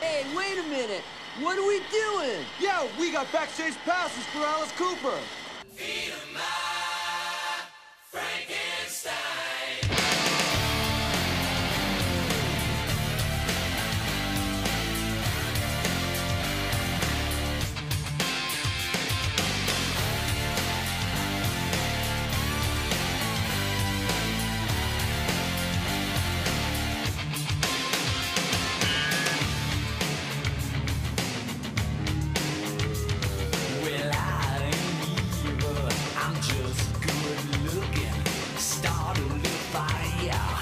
Hey, wait a minute. What are we doing? Yo, we got backstage passes for Alice Cooper. Well, I ain't evil. I'm just good looking. Start a little fire,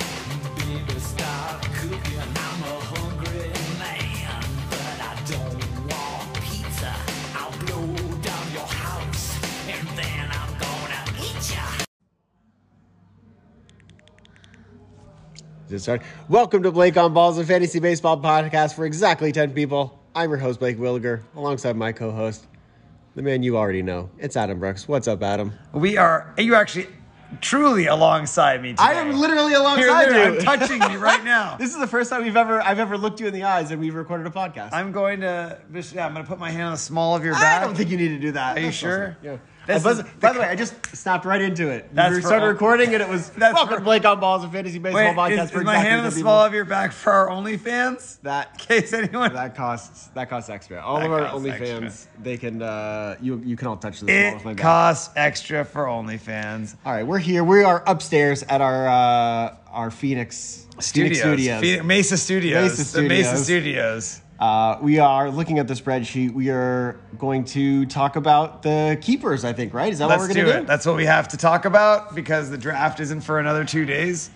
baby. Start cooking. I'm a hungry man, but I don't want pizza. I'll blow down your house, and then I'm gonna eat ya. Just start. Welcome to Blake on Balls, a fantasy baseball podcast for exactly 10 people. I'm your host, Blake Williger, alongside my co host, the man you already know. It's Adam Brooks. What's up, Adam? We are. You actually, truly alongside me. Today. I am literally alongside Here, literally, you. I'm touching you right now. This is the first time we've ever I've ever looked you in the eyes and we've recorded a podcast. I'm going to. Yeah, I'm going to put my hand on the small of your I back. don't think you need to do that. Are you That's sure? awesome. Yeah. This Uh, but- is- by the way, I just snapped right into it. That's we for started all- recording and it was That's welcome for- to Blake on Balls, a fantasy baseball Wait, podcast is, for is my exactly hand on the 10 small people. of your back for our OnlyFans? that In case anyone. that costs that costs extra. All That of our costs OnlyFans, they can uh, you you can all touch this wall with my it back. costs extra for OnlyFans. all right, we're here. We are upstairs at our uh, our Phoenix Phoenix Studios. Phoenix- Mesa Studios. Mesa The Mesa Studios. Studios. Uh, we are looking at the spreadsheet. We are going to talk about the keepers. I think right is that Let's what we're do going to it. do? That's what we have to talk about because the draft isn't for another two days.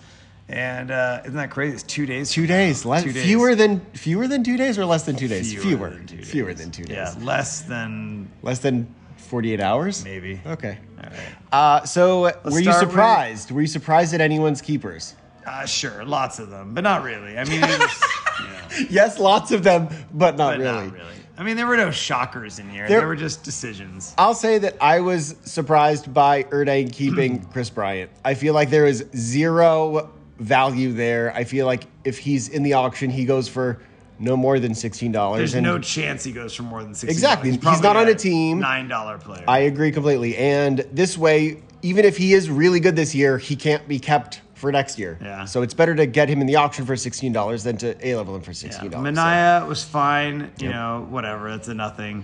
And uh, isn't that crazy? It's two days. two days. Less, Two days. Fewer than fewer than two days or less than two days. Fewer. Fewer than two days. Yeah, less than Less than forty eight hours. maybe. Okay. All right. Uh, so, were you start with- surprised? Were you surprised at anyone's keepers? Uh, sure, lots of them, but not really. I mean, it was, you know, Yes, lots of them, but not but really. not really. I mean, there were no shockers in here. There- There, were just decisions. I'll say that I was surprised by Erdang keeping Chris Bryant. I feel like there is zero value there. I feel like if he's in the auction, he goes for no more than sixteen dollars. There's no chance he goes for more than six. Exactly. He's not on a team. Nine dollar player. I agree completely. And this way, even if he is really good this year, he can't be kept for next year. Yeah. So it's better to get him in the auction for sixteen dollars than to A level him for yeah. sixteen dollars. Mania was fine. You know, whatever. That's a nothing.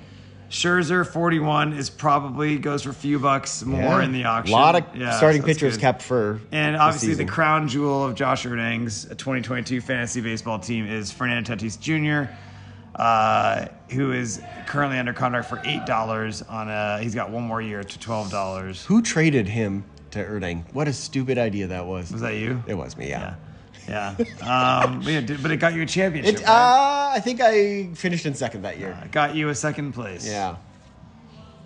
Scherzer, forty-one, is probably goes for a few bucks more in the auction. A lot of Yeah, starting so that's pitchers good. kept for And obviously, the season. crown jewel of Josh Erdang's 2022 fantasy baseball team is Fernando Tatis Jr., uh, who is currently under contract for eight dollars on a. He's got one more year to twelve dollars. Who traded him to Erdang? What a stupid idea that was. Was that you? It was me, yeah. Yeah. Um, but, yeah, did- but it got you a championship. It, uh, right? I think I finished in second that year. It got you a second place. yeah.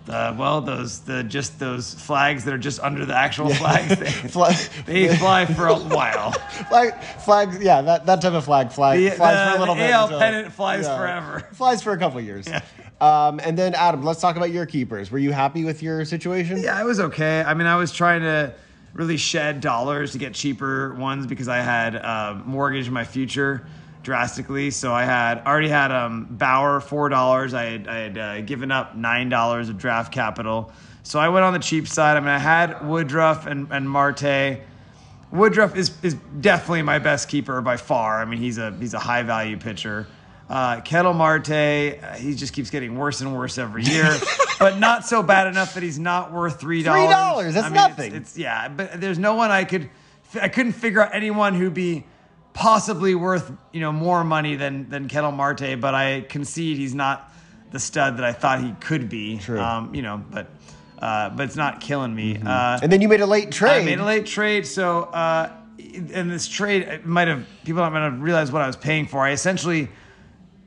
Uh, well, those the just those flags that are just under the actual flags. They, Flag, they fly for a while. flag, flag, yeah, that, that type of flag fly, The- flies for a the- little the bit. AL until- pennant flies forever. Flies for a couple years. Um, and then, Adam, let's talk about your keepers. Were you happy with your situation? Yeah, I was okay. I mean, I was trying to really shed dollars to get cheaper ones because I had um, mortgaged my future drastically. So I had already had um, Bauer four dollars. I had, I had uh, given up nine dollars of draft capital. So I went on the cheap side. I mean, I had Woodruff and, and Marte. Woodruff is is definitely my best keeper by far. I mean, he's a he's a high value pitcher. Uh, Kettle Marte, uh, he just keeps getting worse and worse every year, but not so bad enough that he's not worth three $3, dollars. that's nothing. It's, it's yeah, but there's no one I could I couldn't figure out anyone who'd be possibly worth you know more money than than Kettle Marte. But I concede he's not the stud that I thought he could be. True. Mm-hmm. Um, you know, but uh, but it's not killing me. Uh, And then you made a late trade. I made a late trade, so uh, and this trade it might have people might have realized what I was paying for. I essentially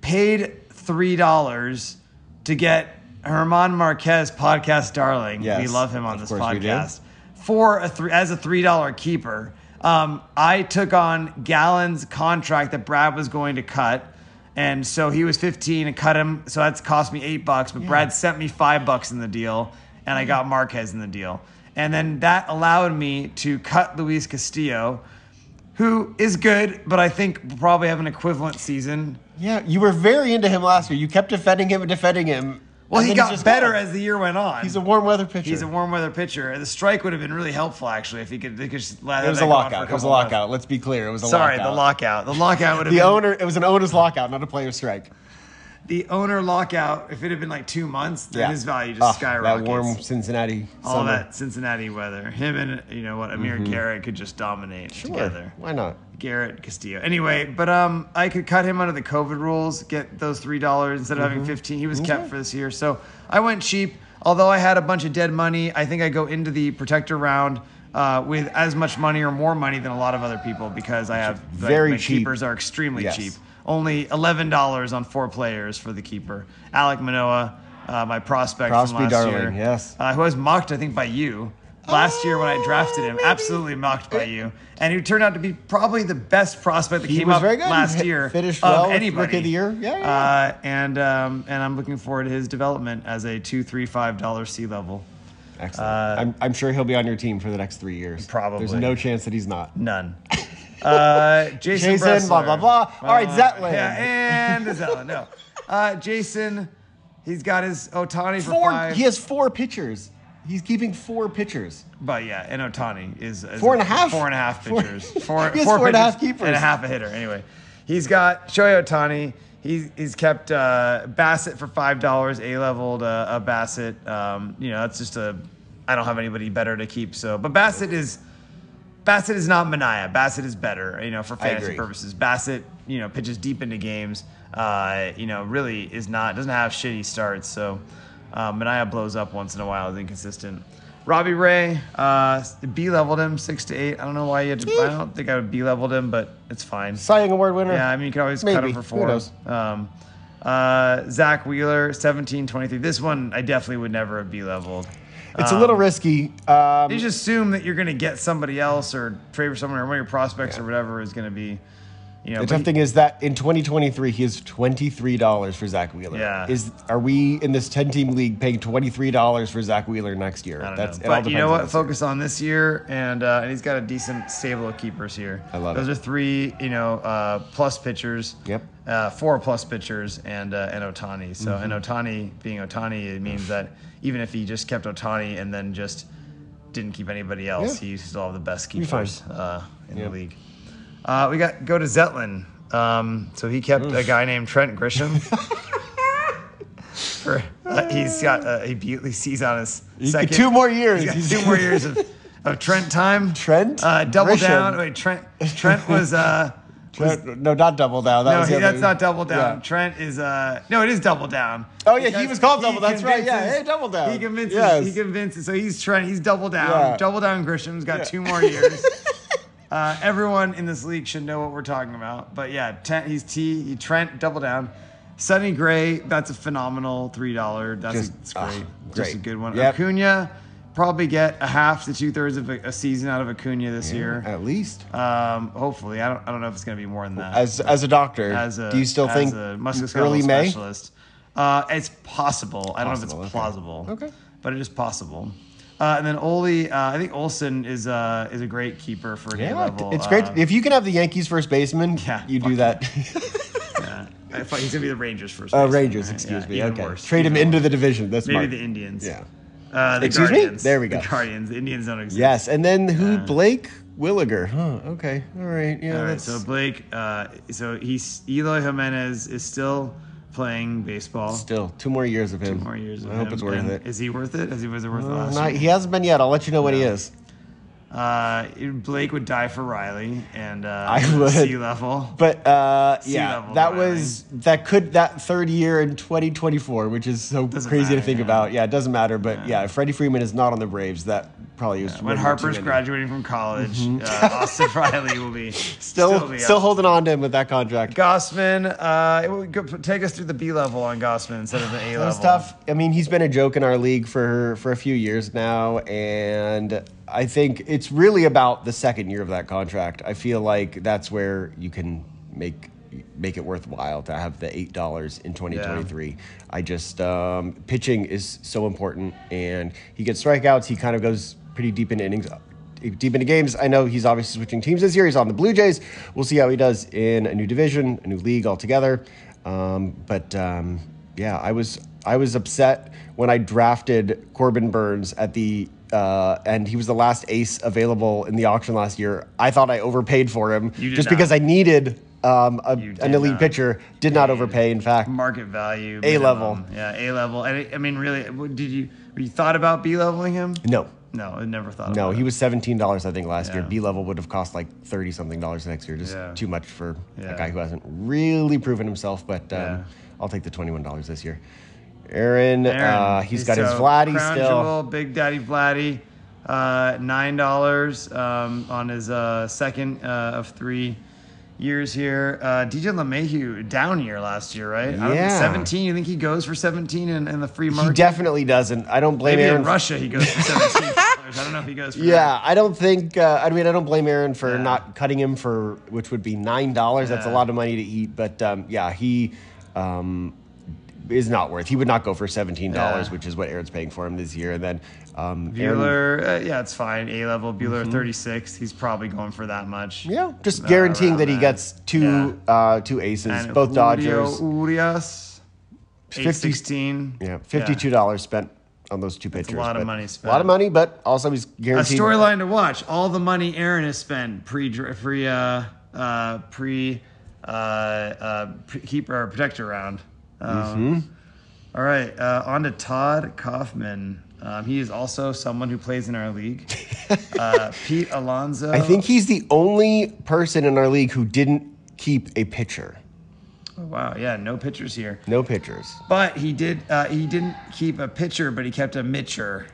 paid three dollars to get Herman Marquez, podcast darling. we Yes, love him on of this course we do. podcast. For a three as a three dollar keeper, um, I took on Gallon's contract that Brad was going to cut. And so he was 15 and cut him. So that's cost me eight bucks. But Brad sent me five bucks in the deal, and Mm-hmm. I got Marquez in the deal. And then that allowed me to cut Luis Castillo, who is good, but I think will probably have an equivalent season. Yeah, you were very into him last year. You kept defending him and defending him. Well, and he then he's got just better gone. as the year went on. he's a warm weather pitcher. He's a warm weather pitcher. The strike would have been really helpful, actually, if he could. They could just It was a lockout. It was a lockout. Let's be clear. It was a Sorry, lockout. the lockout. The lockout would have The been owner. It was an owner's lockout, not a player strike. the owner lockout. If it had been like two months, then Yeah, his value just Ah, skyrockets. That warm Cincinnati All summer. Mm-hmm. that Cincinnati weather. Him and you know what, Amir Garrett could just dominate Sure. together. Why not? Garrett Castillo. Anyway, but um, I could cut him under the COVID rules, get those three dollars instead of Mm-hmm. having fifteen. He was kept for this year, so I went cheap. Although I had a bunch of dead money, I think I go into the protector round uh, with as much money or more money than a lot of other people because I have like, very my cheap. keepers are extremely Yes. cheap. Only eleven dollars on four players for the keeper. Alec Manoa, uh, my prospect Crosby from last year, Darling, yes. Oh, uh, who was mocked, I think, by you last year when I drafted him. Absolutely mocked by you, and who turned out to be probably the best prospect that He came was up very good. He last hit- year. finished of well with anybody. Rookie of the Year. Yeah, yeah, yeah. Uh, and um, and I'm looking forward to his development as a two, three, five dollar C level. Excellent. I'm, I'm sure he'll be on your team for the next three years. Uh, Probably. There's no chance that he's not. None. Uh, Jason, Jason, blah, Bressler. blah, Uh, blah. All right, Zetland. Yeah, and Zetland. No, uh, Jason, he's got his Otani for Four. five. He has four pitchers. He's keeping four pitchers. But yeah, and Otani is, is Four and a half? four and a half Four- pitchers, four, He has four and a pitchers half keepers. and a half a hitter. Anyway, he's got Shohei Otani. He's he's kept uh, Bassett for five dollars, a leveled uh, a Bassett. Um, you know, that's just a. I don't have anybody better to keep. So, but Bassett is. Bassett is not Mania. Bassett is better, you know, for fantasy agree. purposes. Bassett, you know, pitches deep into games. Uh, you know, really is not doesn't have shitty starts. So uh, Mania blows up once in a while. Is inconsistent. Robbie Ray, uh, B leveled him six to eight. I don't know why you had to. I don't think I would B leveled him, but it's fine. Cy Young Award winner. Yeah, I mean, you can always cut Maybe. him for Who four. knows? Um, uh, Zach Wheeler, 17 23. This one I definitely would never have B leveled. it's a little risky. Um, You just assume that you're going to get somebody else or trade for someone or one of your prospects or whatever is going to be, you the know. but tough he- thing is that in 2023, he is $23 for Zach Wheeler. Yeah. Is Are we in this 10 team league paying $23 for Zach Wheeler next year? I don't know. it all But you depends know on what? this year. Focus on this year, and uh, and he's got a decent stable of keepers here. I love Those it. are three, you know, uh, plus pitchers. Yep. Mm-hmm. Uh, four plus pitchers and uh, and Otani. So and Otani being Otani, it means that even if he just kept Otani and then just didn't keep anybody else, Yeah. he still have the best Be fine. keepers uh, in Yeah. the league. Uh, we got go to Zetlin. Um, so he kept a guy named Trent Grisham. For, uh, he's got uh, he beautifully sees on his He- second Two more years. He's got He's- two more years of, of Trent time. Trent Uh, double Grisham. down. Wait, Trent. Trent was. Uh, was No, no, not double down. That no, was the he, other- that's not double down. Yeah. Trent is. Uh, no, it is double down. Oh, yeah, he Because was called double, he that's right, yeah, convinces- hey, double down. He convinces. Yes. He convinces. So he's Trent. He's double down. Yeah. Double down. Grisham's got two more years. Uh, everyone in this league should know what we're talking about. But yeah, Trent, he's T, he, Trent, double down. Sonny Gray, that's a phenomenal three dollar. That's Just- it's ah, great. great. Just a good one. Yep. Acuna probably get a half to two thirds of a, a season out of Acuna this year. At least. Um, hopefully, I don't. I don't know if it's going to be more than that. As as a doctor, As a do you still as think a musculoskeletal early May? specialist? Uh, it's possible. I don't know if it's Possible, okay. plausible. Okay. but it is possible. Uh, and then Ole, uh, I think Olson is uh, is a great keeper for an A Yeah, level. it's great Um, if you can have the Yankees first baseman. Yeah, you fuck do that. I thought he's gonna be the Rangers first. uh, baseman, Rangers, right? excuse Yeah, me. even Okay, worse. trade him Even into worse. the division. That's maybe smart. the Indians. Yeah. Uh, the Excuse me? Guardians. There we go. The Guardians. The Indians don't exist. Yes, and then who? Blake Williger. Huh. Okay. All right. Yeah. All right. that's, So Blake. Uh, so he's Eloy Jimenez is still playing baseball. still two more years of him. More years. Of I hope him. it's worth And it. Is he worth it? Is he was it worth it Uh, last not- year? he hasn't been yet. I'll let you know when he No. is. Uh, Blake would die for Riley and uh, I would. sea level. But uh, yeah, level that Riley. was that could that third year in 2024, which is so Doesn't crazy matter, to think yeah. about. Yeah, it doesn't matter. But yeah, if Freddie Freeman is not on the Braves, that probably is way when too Harper's many. Mm-hmm. graduating from college, uh, Austin Riley will be Still, be still, up. holding on to him with that contract. Gossman, uh, it would go, take us through the B level on Gossman instead of the A level. That was tough. I mean, he's been a joke in our league for for a few years now, and I think it's really about the second year of that contract. I feel like that's where you can make make it worthwhile to have the eight dollars in twenty twenty three. I just um, pitching is so important, and he gets strikeouts. He kind of goes pretty deep into innings. deep into games. I know he's obviously switching teams this year. He's on the Blue Jays. We'll see how he does in a new division, a new league altogether. Um, but um, yeah, I was I was upset when I drafted Corbin Burns at the uh, and he was the last ace available in the auction last year. I thought I overpaid for him You did just not. because I needed um, a, You an did elite not. pitcher. Did not overpay. In fact, market value, A minimum. level. yeah, A level. And it, I mean, really, what- did you you thought about B leveling him? no. No, I never thought. No, about he it. was seventeen dollars, I think, last year. Yeah. B level would have cost like thirty something dollars next year. Just Yeah. too much for Yeah. a guy who hasn't really proven himself. But um, Yeah. I'll take the twenty one dollars this year. Aaron, Aaron. uh, he's got his So, Vladdy Crown still. Jewel, Big Daddy Vladdy, uh, nine dollars um, on his uh, second uh, of three years here. Uh, DJ LeMahieu down year last year, right? I don't think- Yeah. seventeen. You think he goes for seventeen in, in the free He market? definitely doesn't. I don't blame Maybe Aaron. in Russia he goes for seventeen. dollars. I don't know if he goes. for Yeah, I don't think. Uh, I mean, I don't blame Aaron for Yeah. not cutting him for which would be nine dollars. That's a Yeah. lot of money to eat, but um, yeah, he um, is not worth. He would not go for seventeen dollars, Yeah. which is what Aaron's paying for him this year. And then um, Aaron- Bueller, uh, yeah, it's fine. A level Bueller, sixth. He's probably going for that much. Mm-hmm. yeah, just Uh, guaranteeing around that he there. gets two uh, two aces, And both Julio Dodgers. Urias, eight 50 sixteen. Yeah, fifty-two dollars spent on those two pitchers. a lot of but- A money lot spent. of money, but also he's A guaranteed. storyline to watch. All the money Aaron has spent pre pre uh, uh, pre, uh, uh, pre keeper or protector round. Um, Mm-hmm. all right, uh, on to Todd Kaufman. Um, he is also someone who plays in our league. Uh, Pete Alonso. I think he's the only person in our league who didn't keep a pitcher. Oh, Wow. Yeah. No pitchers here. No pitchers. But he did. Uh, he didn't keep a pitcher, but he kept a Mitcher.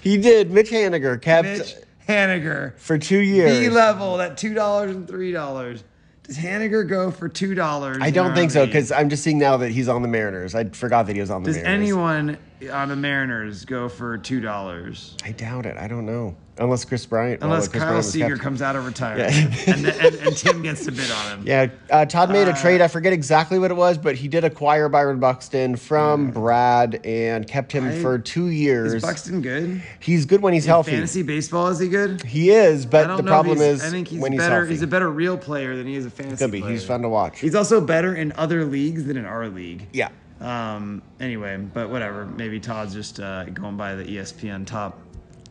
He did. Mitch Haniger kept Mitch Haniger. for two years. B level at two dollars and three dollars. Does Haniger go for two dollars? I don't think so because I'm just seeing now that he's on the Mariners. I forgot that he was on the does Mariners. anyone on the Mariners go for two dollars? I doubt it. I don't know. Unless Chris Bryant. well, Unless Chris Kyle Bryant was Seager kept. comes out of retirement and, and, and Tim gets to bid on him. Yeah, uh, Todd made a trade. I forget exactly what it was, but he did acquire Byron Buxton from Brad and kept him I- for two Is years. Buxton good? he's good when he's healthy. Fantasy baseball is he good? He is, I but don't the know. problem if he's, is I think he's when he's better. healthy. He's, a better real player than he is a fantasy. Could be. player. He's fun to watch. He's also better in other leagues than in our league. yeah. Um. Anyway, but whatever. Maybe Todd's just uh, going by the ESPN top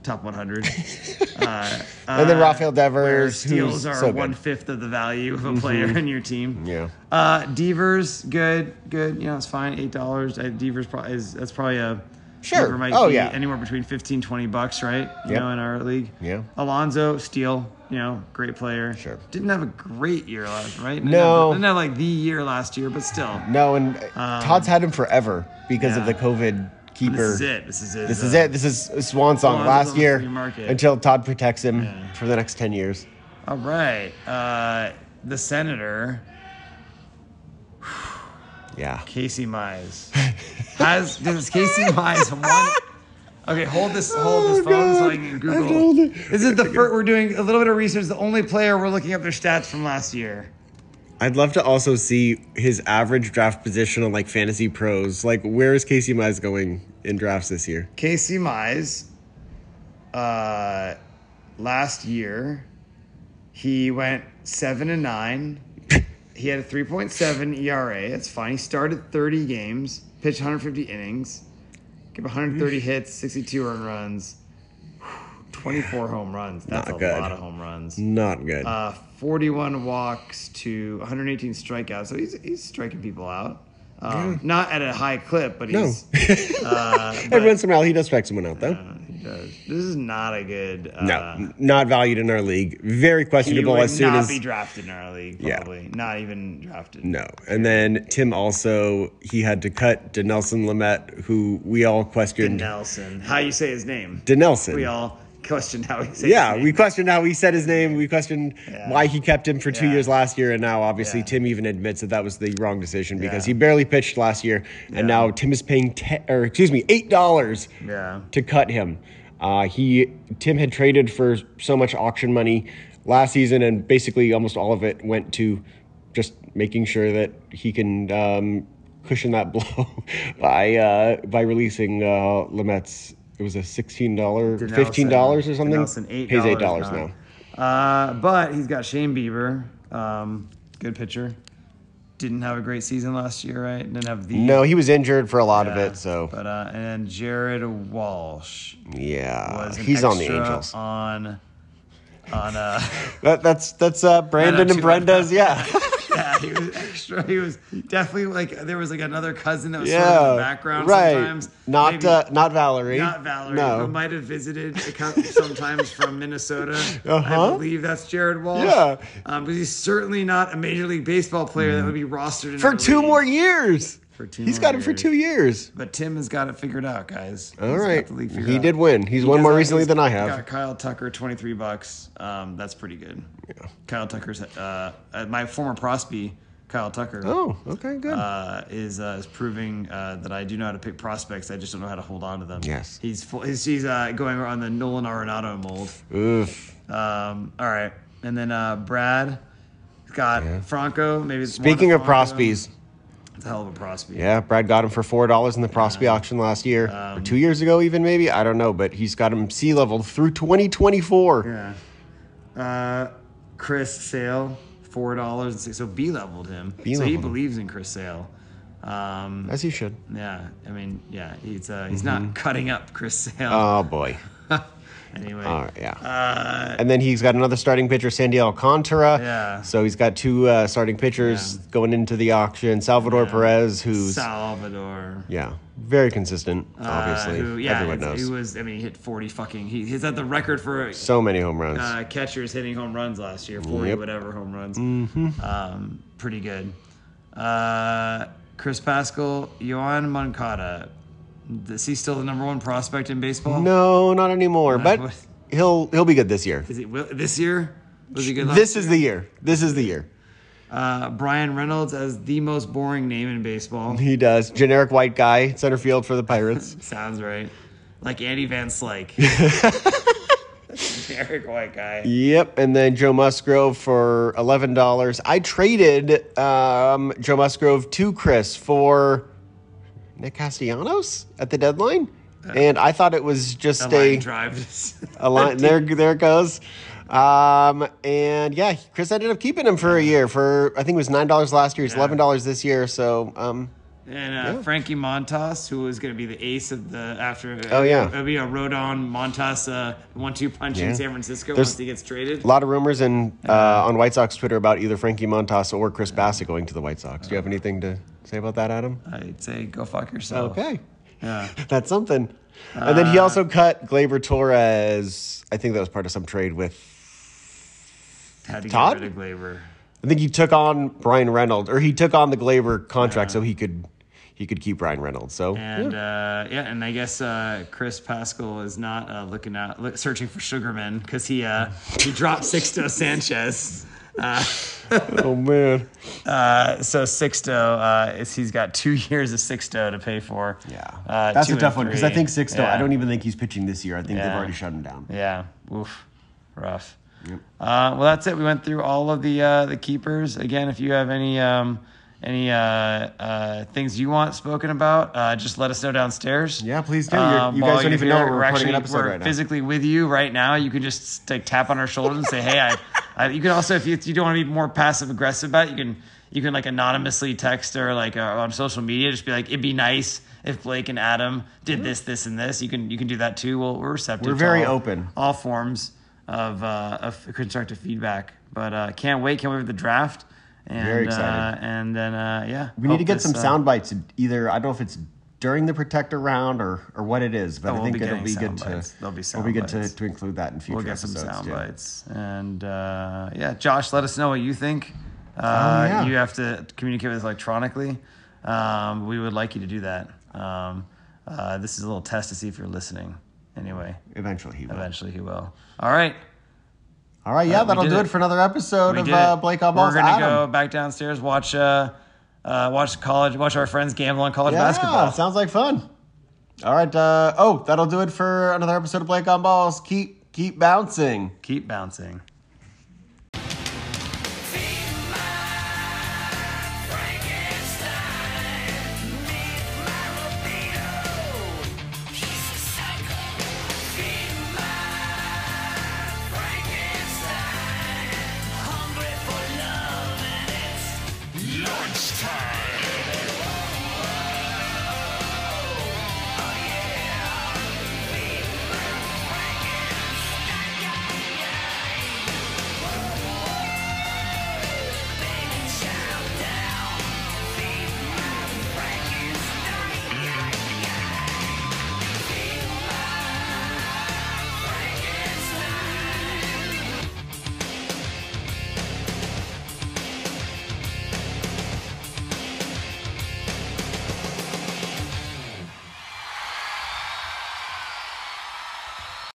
top 100. uh, And then Rafael Devers, where who's steals are so good. Mm-hmm. one fifth of the value of a player in your team. Yeah. Uh, Devers, good, good. You know, it's fine. Eight dollars. Devers probably is. That's probably a Sure. Dever might Oh, be yeah. Anywhere between 15, 20 bucks, right? You Yep. know, in our league. Yeah. Alonzo Steele, you know, great player. Sure. Didn't have a great year last, right? Didn't No. have- Didn't have like the year last year, but still. No, and uh Todd's had him forever because of Um, yeah. the COVID keeper. This is it. This is it. This Uh, is it. This is Swan Song Swan's on last the year free market. until Todd protects him Yeah. for the next 10 years. All right. Uh, the senator, Yeah. Casey Mize. Has does Casey Mize one Okay, hold this hold this Oh, phone so God. I can I hold Google. it. This is the first we're doing a little bit of research, the only player we're looking up their stats from last year. I'd love to also see his average draft position on like fantasy pros. Like, where is Casey Mize going in drafts this year? Casey Mize, uh, last year, he went seven and nine. he had a 3.7 ERA. E That's fine. He started 30 games, pitched 150 innings, gave 130 hits, 62 earned runs, 24 home runs. That's Not a good. lot of home runs. Not good. Uh, 41 walks to 118 strikeouts. So he's, he's striking people out. Um, Not at a high clip, but no. he's. uh, but- Every once in a while, he does strike someone out, though. uh, he does. This is not a good. Uh, no, n- not valued in our league. Very He questionable would as soon not as. be drafted in our league. Yeah. Probably not even drafted. No. And then Tim also, he had to cut Denelson Lamette, who we all questioned. Nelson. How you say his name? Denelson. We all questioned how he says. Yeah, his we name. questioned how he said his name. We questioned Yeah. why he kept him for two Yeah. years last year, and now obviously Yeah. Tim even admits that that was the wrong decision because Yeah. he barely pitched last year, and now Tim is paying te- or excuse me eight dollars Yeah. to cut him. Uh, he Tim had traded for so much auction money last season, and basically almost all of it went to just making sure that he can um, cushion that blow by uh, by releasing uh, Lamette's it was a sixteen dollar, Denelson. fifteen dollars or something. Denelson, eight Pays eight dollars now. Uh, but he's got Shane Bieber, um, good pitcher. Didn't have a great season last year, right? Didn't have the No, he was injured for a lot of Yeah. it, so But uh, and then Jared Walsh yeah, was an Uh, he's on the extra Angels. on on uh That, that's that's uh, Brandon and two right now. Brenda's. Yeah, yeah he was extra he was definitely like there was like another cousin that was sort of in yeah. the background right. sometimes Not Maybe uh, not Valerie. not Valerie who No. might have visited a co- sometimes from Minnesota I Uh-huh. believe that's Jared Walsh Yeah. Mm. um, but he's certainly not a major league baseball player that would be rostered in For our two league. more years. For two He's more got him for years. two years. But Tim has got it figured out, guys. All He's got right. the league figured He out. did win. He's He won does more have- recently he's than I have. Got Kyle Tucker, twenty three bucks. Um, that's pretty good. Kyle Tucker's uh, uh, my former prospy, Kyle Tucker. Oh, okay, good. Uh, is uh, is proving uh, that I do know how to pick prospects. I just don't know how to hold on to them. Yes. he's full, he's, he's uh, going on the Nolan Arenado mold. Oof. Um, all right, and then uh, Brad has got Franco. Maybe it's more to Speaking of Franco. Prospies, it's a hell of a prospy. yeah, Brad got him for four dollars in the Prospy auction last year, or Um, two years ago, even maybe. I don't know, but he's got him sea level through twenty twenty four. Yeah. Uh, Chris Sale, four dollars and so B leveled him. So he B-leveled him. believes in Chris Sale. Um, As he should. yeah, I mean, yeah, he's uh, he's Mm-hmm. not cutting up Chris Sale Oh boy. anyway. All right, yeah. and then he's got another starting pitcher, Sandy Alcantara. Uh, Yeah. So he's got two uh, starting pitchers going into the auction. Salvador Perez, who's Salvador. yeah, very consistent. Obviously, uh, who, yeah, everyone it's- knows. He was, I mean, he hit 40 fucking. He, he's at the record for so many home runs. uh, catchers hitting home runs last year, 40 Yep. Mm-hmm. whatever home runs. Um, pretty good. Uh, Chris Pascal, Yohan Moncada. Is he still the number one prospect in baseball? no, not anymore. but what- he'll he'll be good this year. Is he will, this year? Was he good last This is the year. This is the year. uh, Brian Reynolds as the most boring name in baseball. He does generic white guy center field for the Pirates. Sounds right. Like Andy Van Slyke. Eric White guy. Yep, and then Joe Musgrove for eleven dollars. I traded um, Joe Musgrove to Chris for Nick Castellanos at the deadline, and I thought it was just The a line drives. a line. There, there it goes. Um, and yeah, Chris ended up keeping him for a year. For I think it was nine dollars last year. It's Yeah. eleven dollars this year. So um, And uh, Frankie Montas, who was going to be the ace of the after. uh, Oh, yeah. it'll be a Rodon Montas uh, one-two punch Yeah. in San Francisco There's- once he gets traded. a lot of rumors and uh, on White Sox Twitter about either Frankie Montas or Chris Bassett going to the White Sox. Do you have anything to say about that, Adam? I'd say go fuck yourself. Okay. Oh. Yeah. Uh, That's something. and then he also cut Glaber Torres. I think that was part of some trade with. Had to Todd? get rid of Glaber. I think he took on Brian Reynolds, or he took on the Glaber contract so he could he could keep Brian Reynolds. So And uh, yeah, and I guess uh, Chris Pascal is not uh, looking out, look, searching for Sugarman because he uh, he dropped Sixto Sanchez. oh man, Uh, so Sixto, uh, is, he's got two years of Sixto to pay for. uh, that's two a tough and one because I three. think Sixto. Yeah. I don't even think he's pitching this year. I think they've Yeah. already shut him down. Yeah. Oof. Rough. Uh, well, that's it. We went through all of the uh, the keepers again. If you have any um, any uh, uh, things you want spoken about, uh, just let us know downstairs. Um, Yeah, please do. You're- you guys while don't you're even know here, we're recording an actually- episode we're right now. Physically with you right now, you can just like tap on our shoulders and say, "Hey, I." I you can also, if you, if you don't want to be more passive aggressive about it, you can you can like anonymously text or like uh, on social media, just be like, "It'd be nice if Blake and Adam did this, this, and this." You can you can do that too. We'll, we're receptive. We're to very all- open. all forms of, uh, of constructive feedback. But uh, can't wait, can't wait for the draft. And, Very excited. Uh, and then, uh, yeah. We need to hope get this, some uh, sound bites. Either I don't know if it's during the protector round or or what it is, but Oh, I we'll think be it'll getting be good sound to bites. There'll be it'll be sound good to, bites. to include that in future. We'll get some episodes, sound yeah. bites. And uh, yeah, Josh, let us know what you think. Uh, Oh, yeah. You have to communicate with us electronically. Um, we would like you to do that. Um, uh, this is a little test to see if you're listening. Anyway, Eventually he will. eventually he will. All right. All right, yeah, we that'll did do it. it. for another episode We of did uh, it. Blake on Balls. We're gonna Adam. go back downstairs, watch uh, uh, watch college, watch our friends gamble on college yeah, basketball. sounds like fun. All right, uh, oh, that'll do it for another episode of Blake on Balls. Keep keep bouncing. Keep bouncing.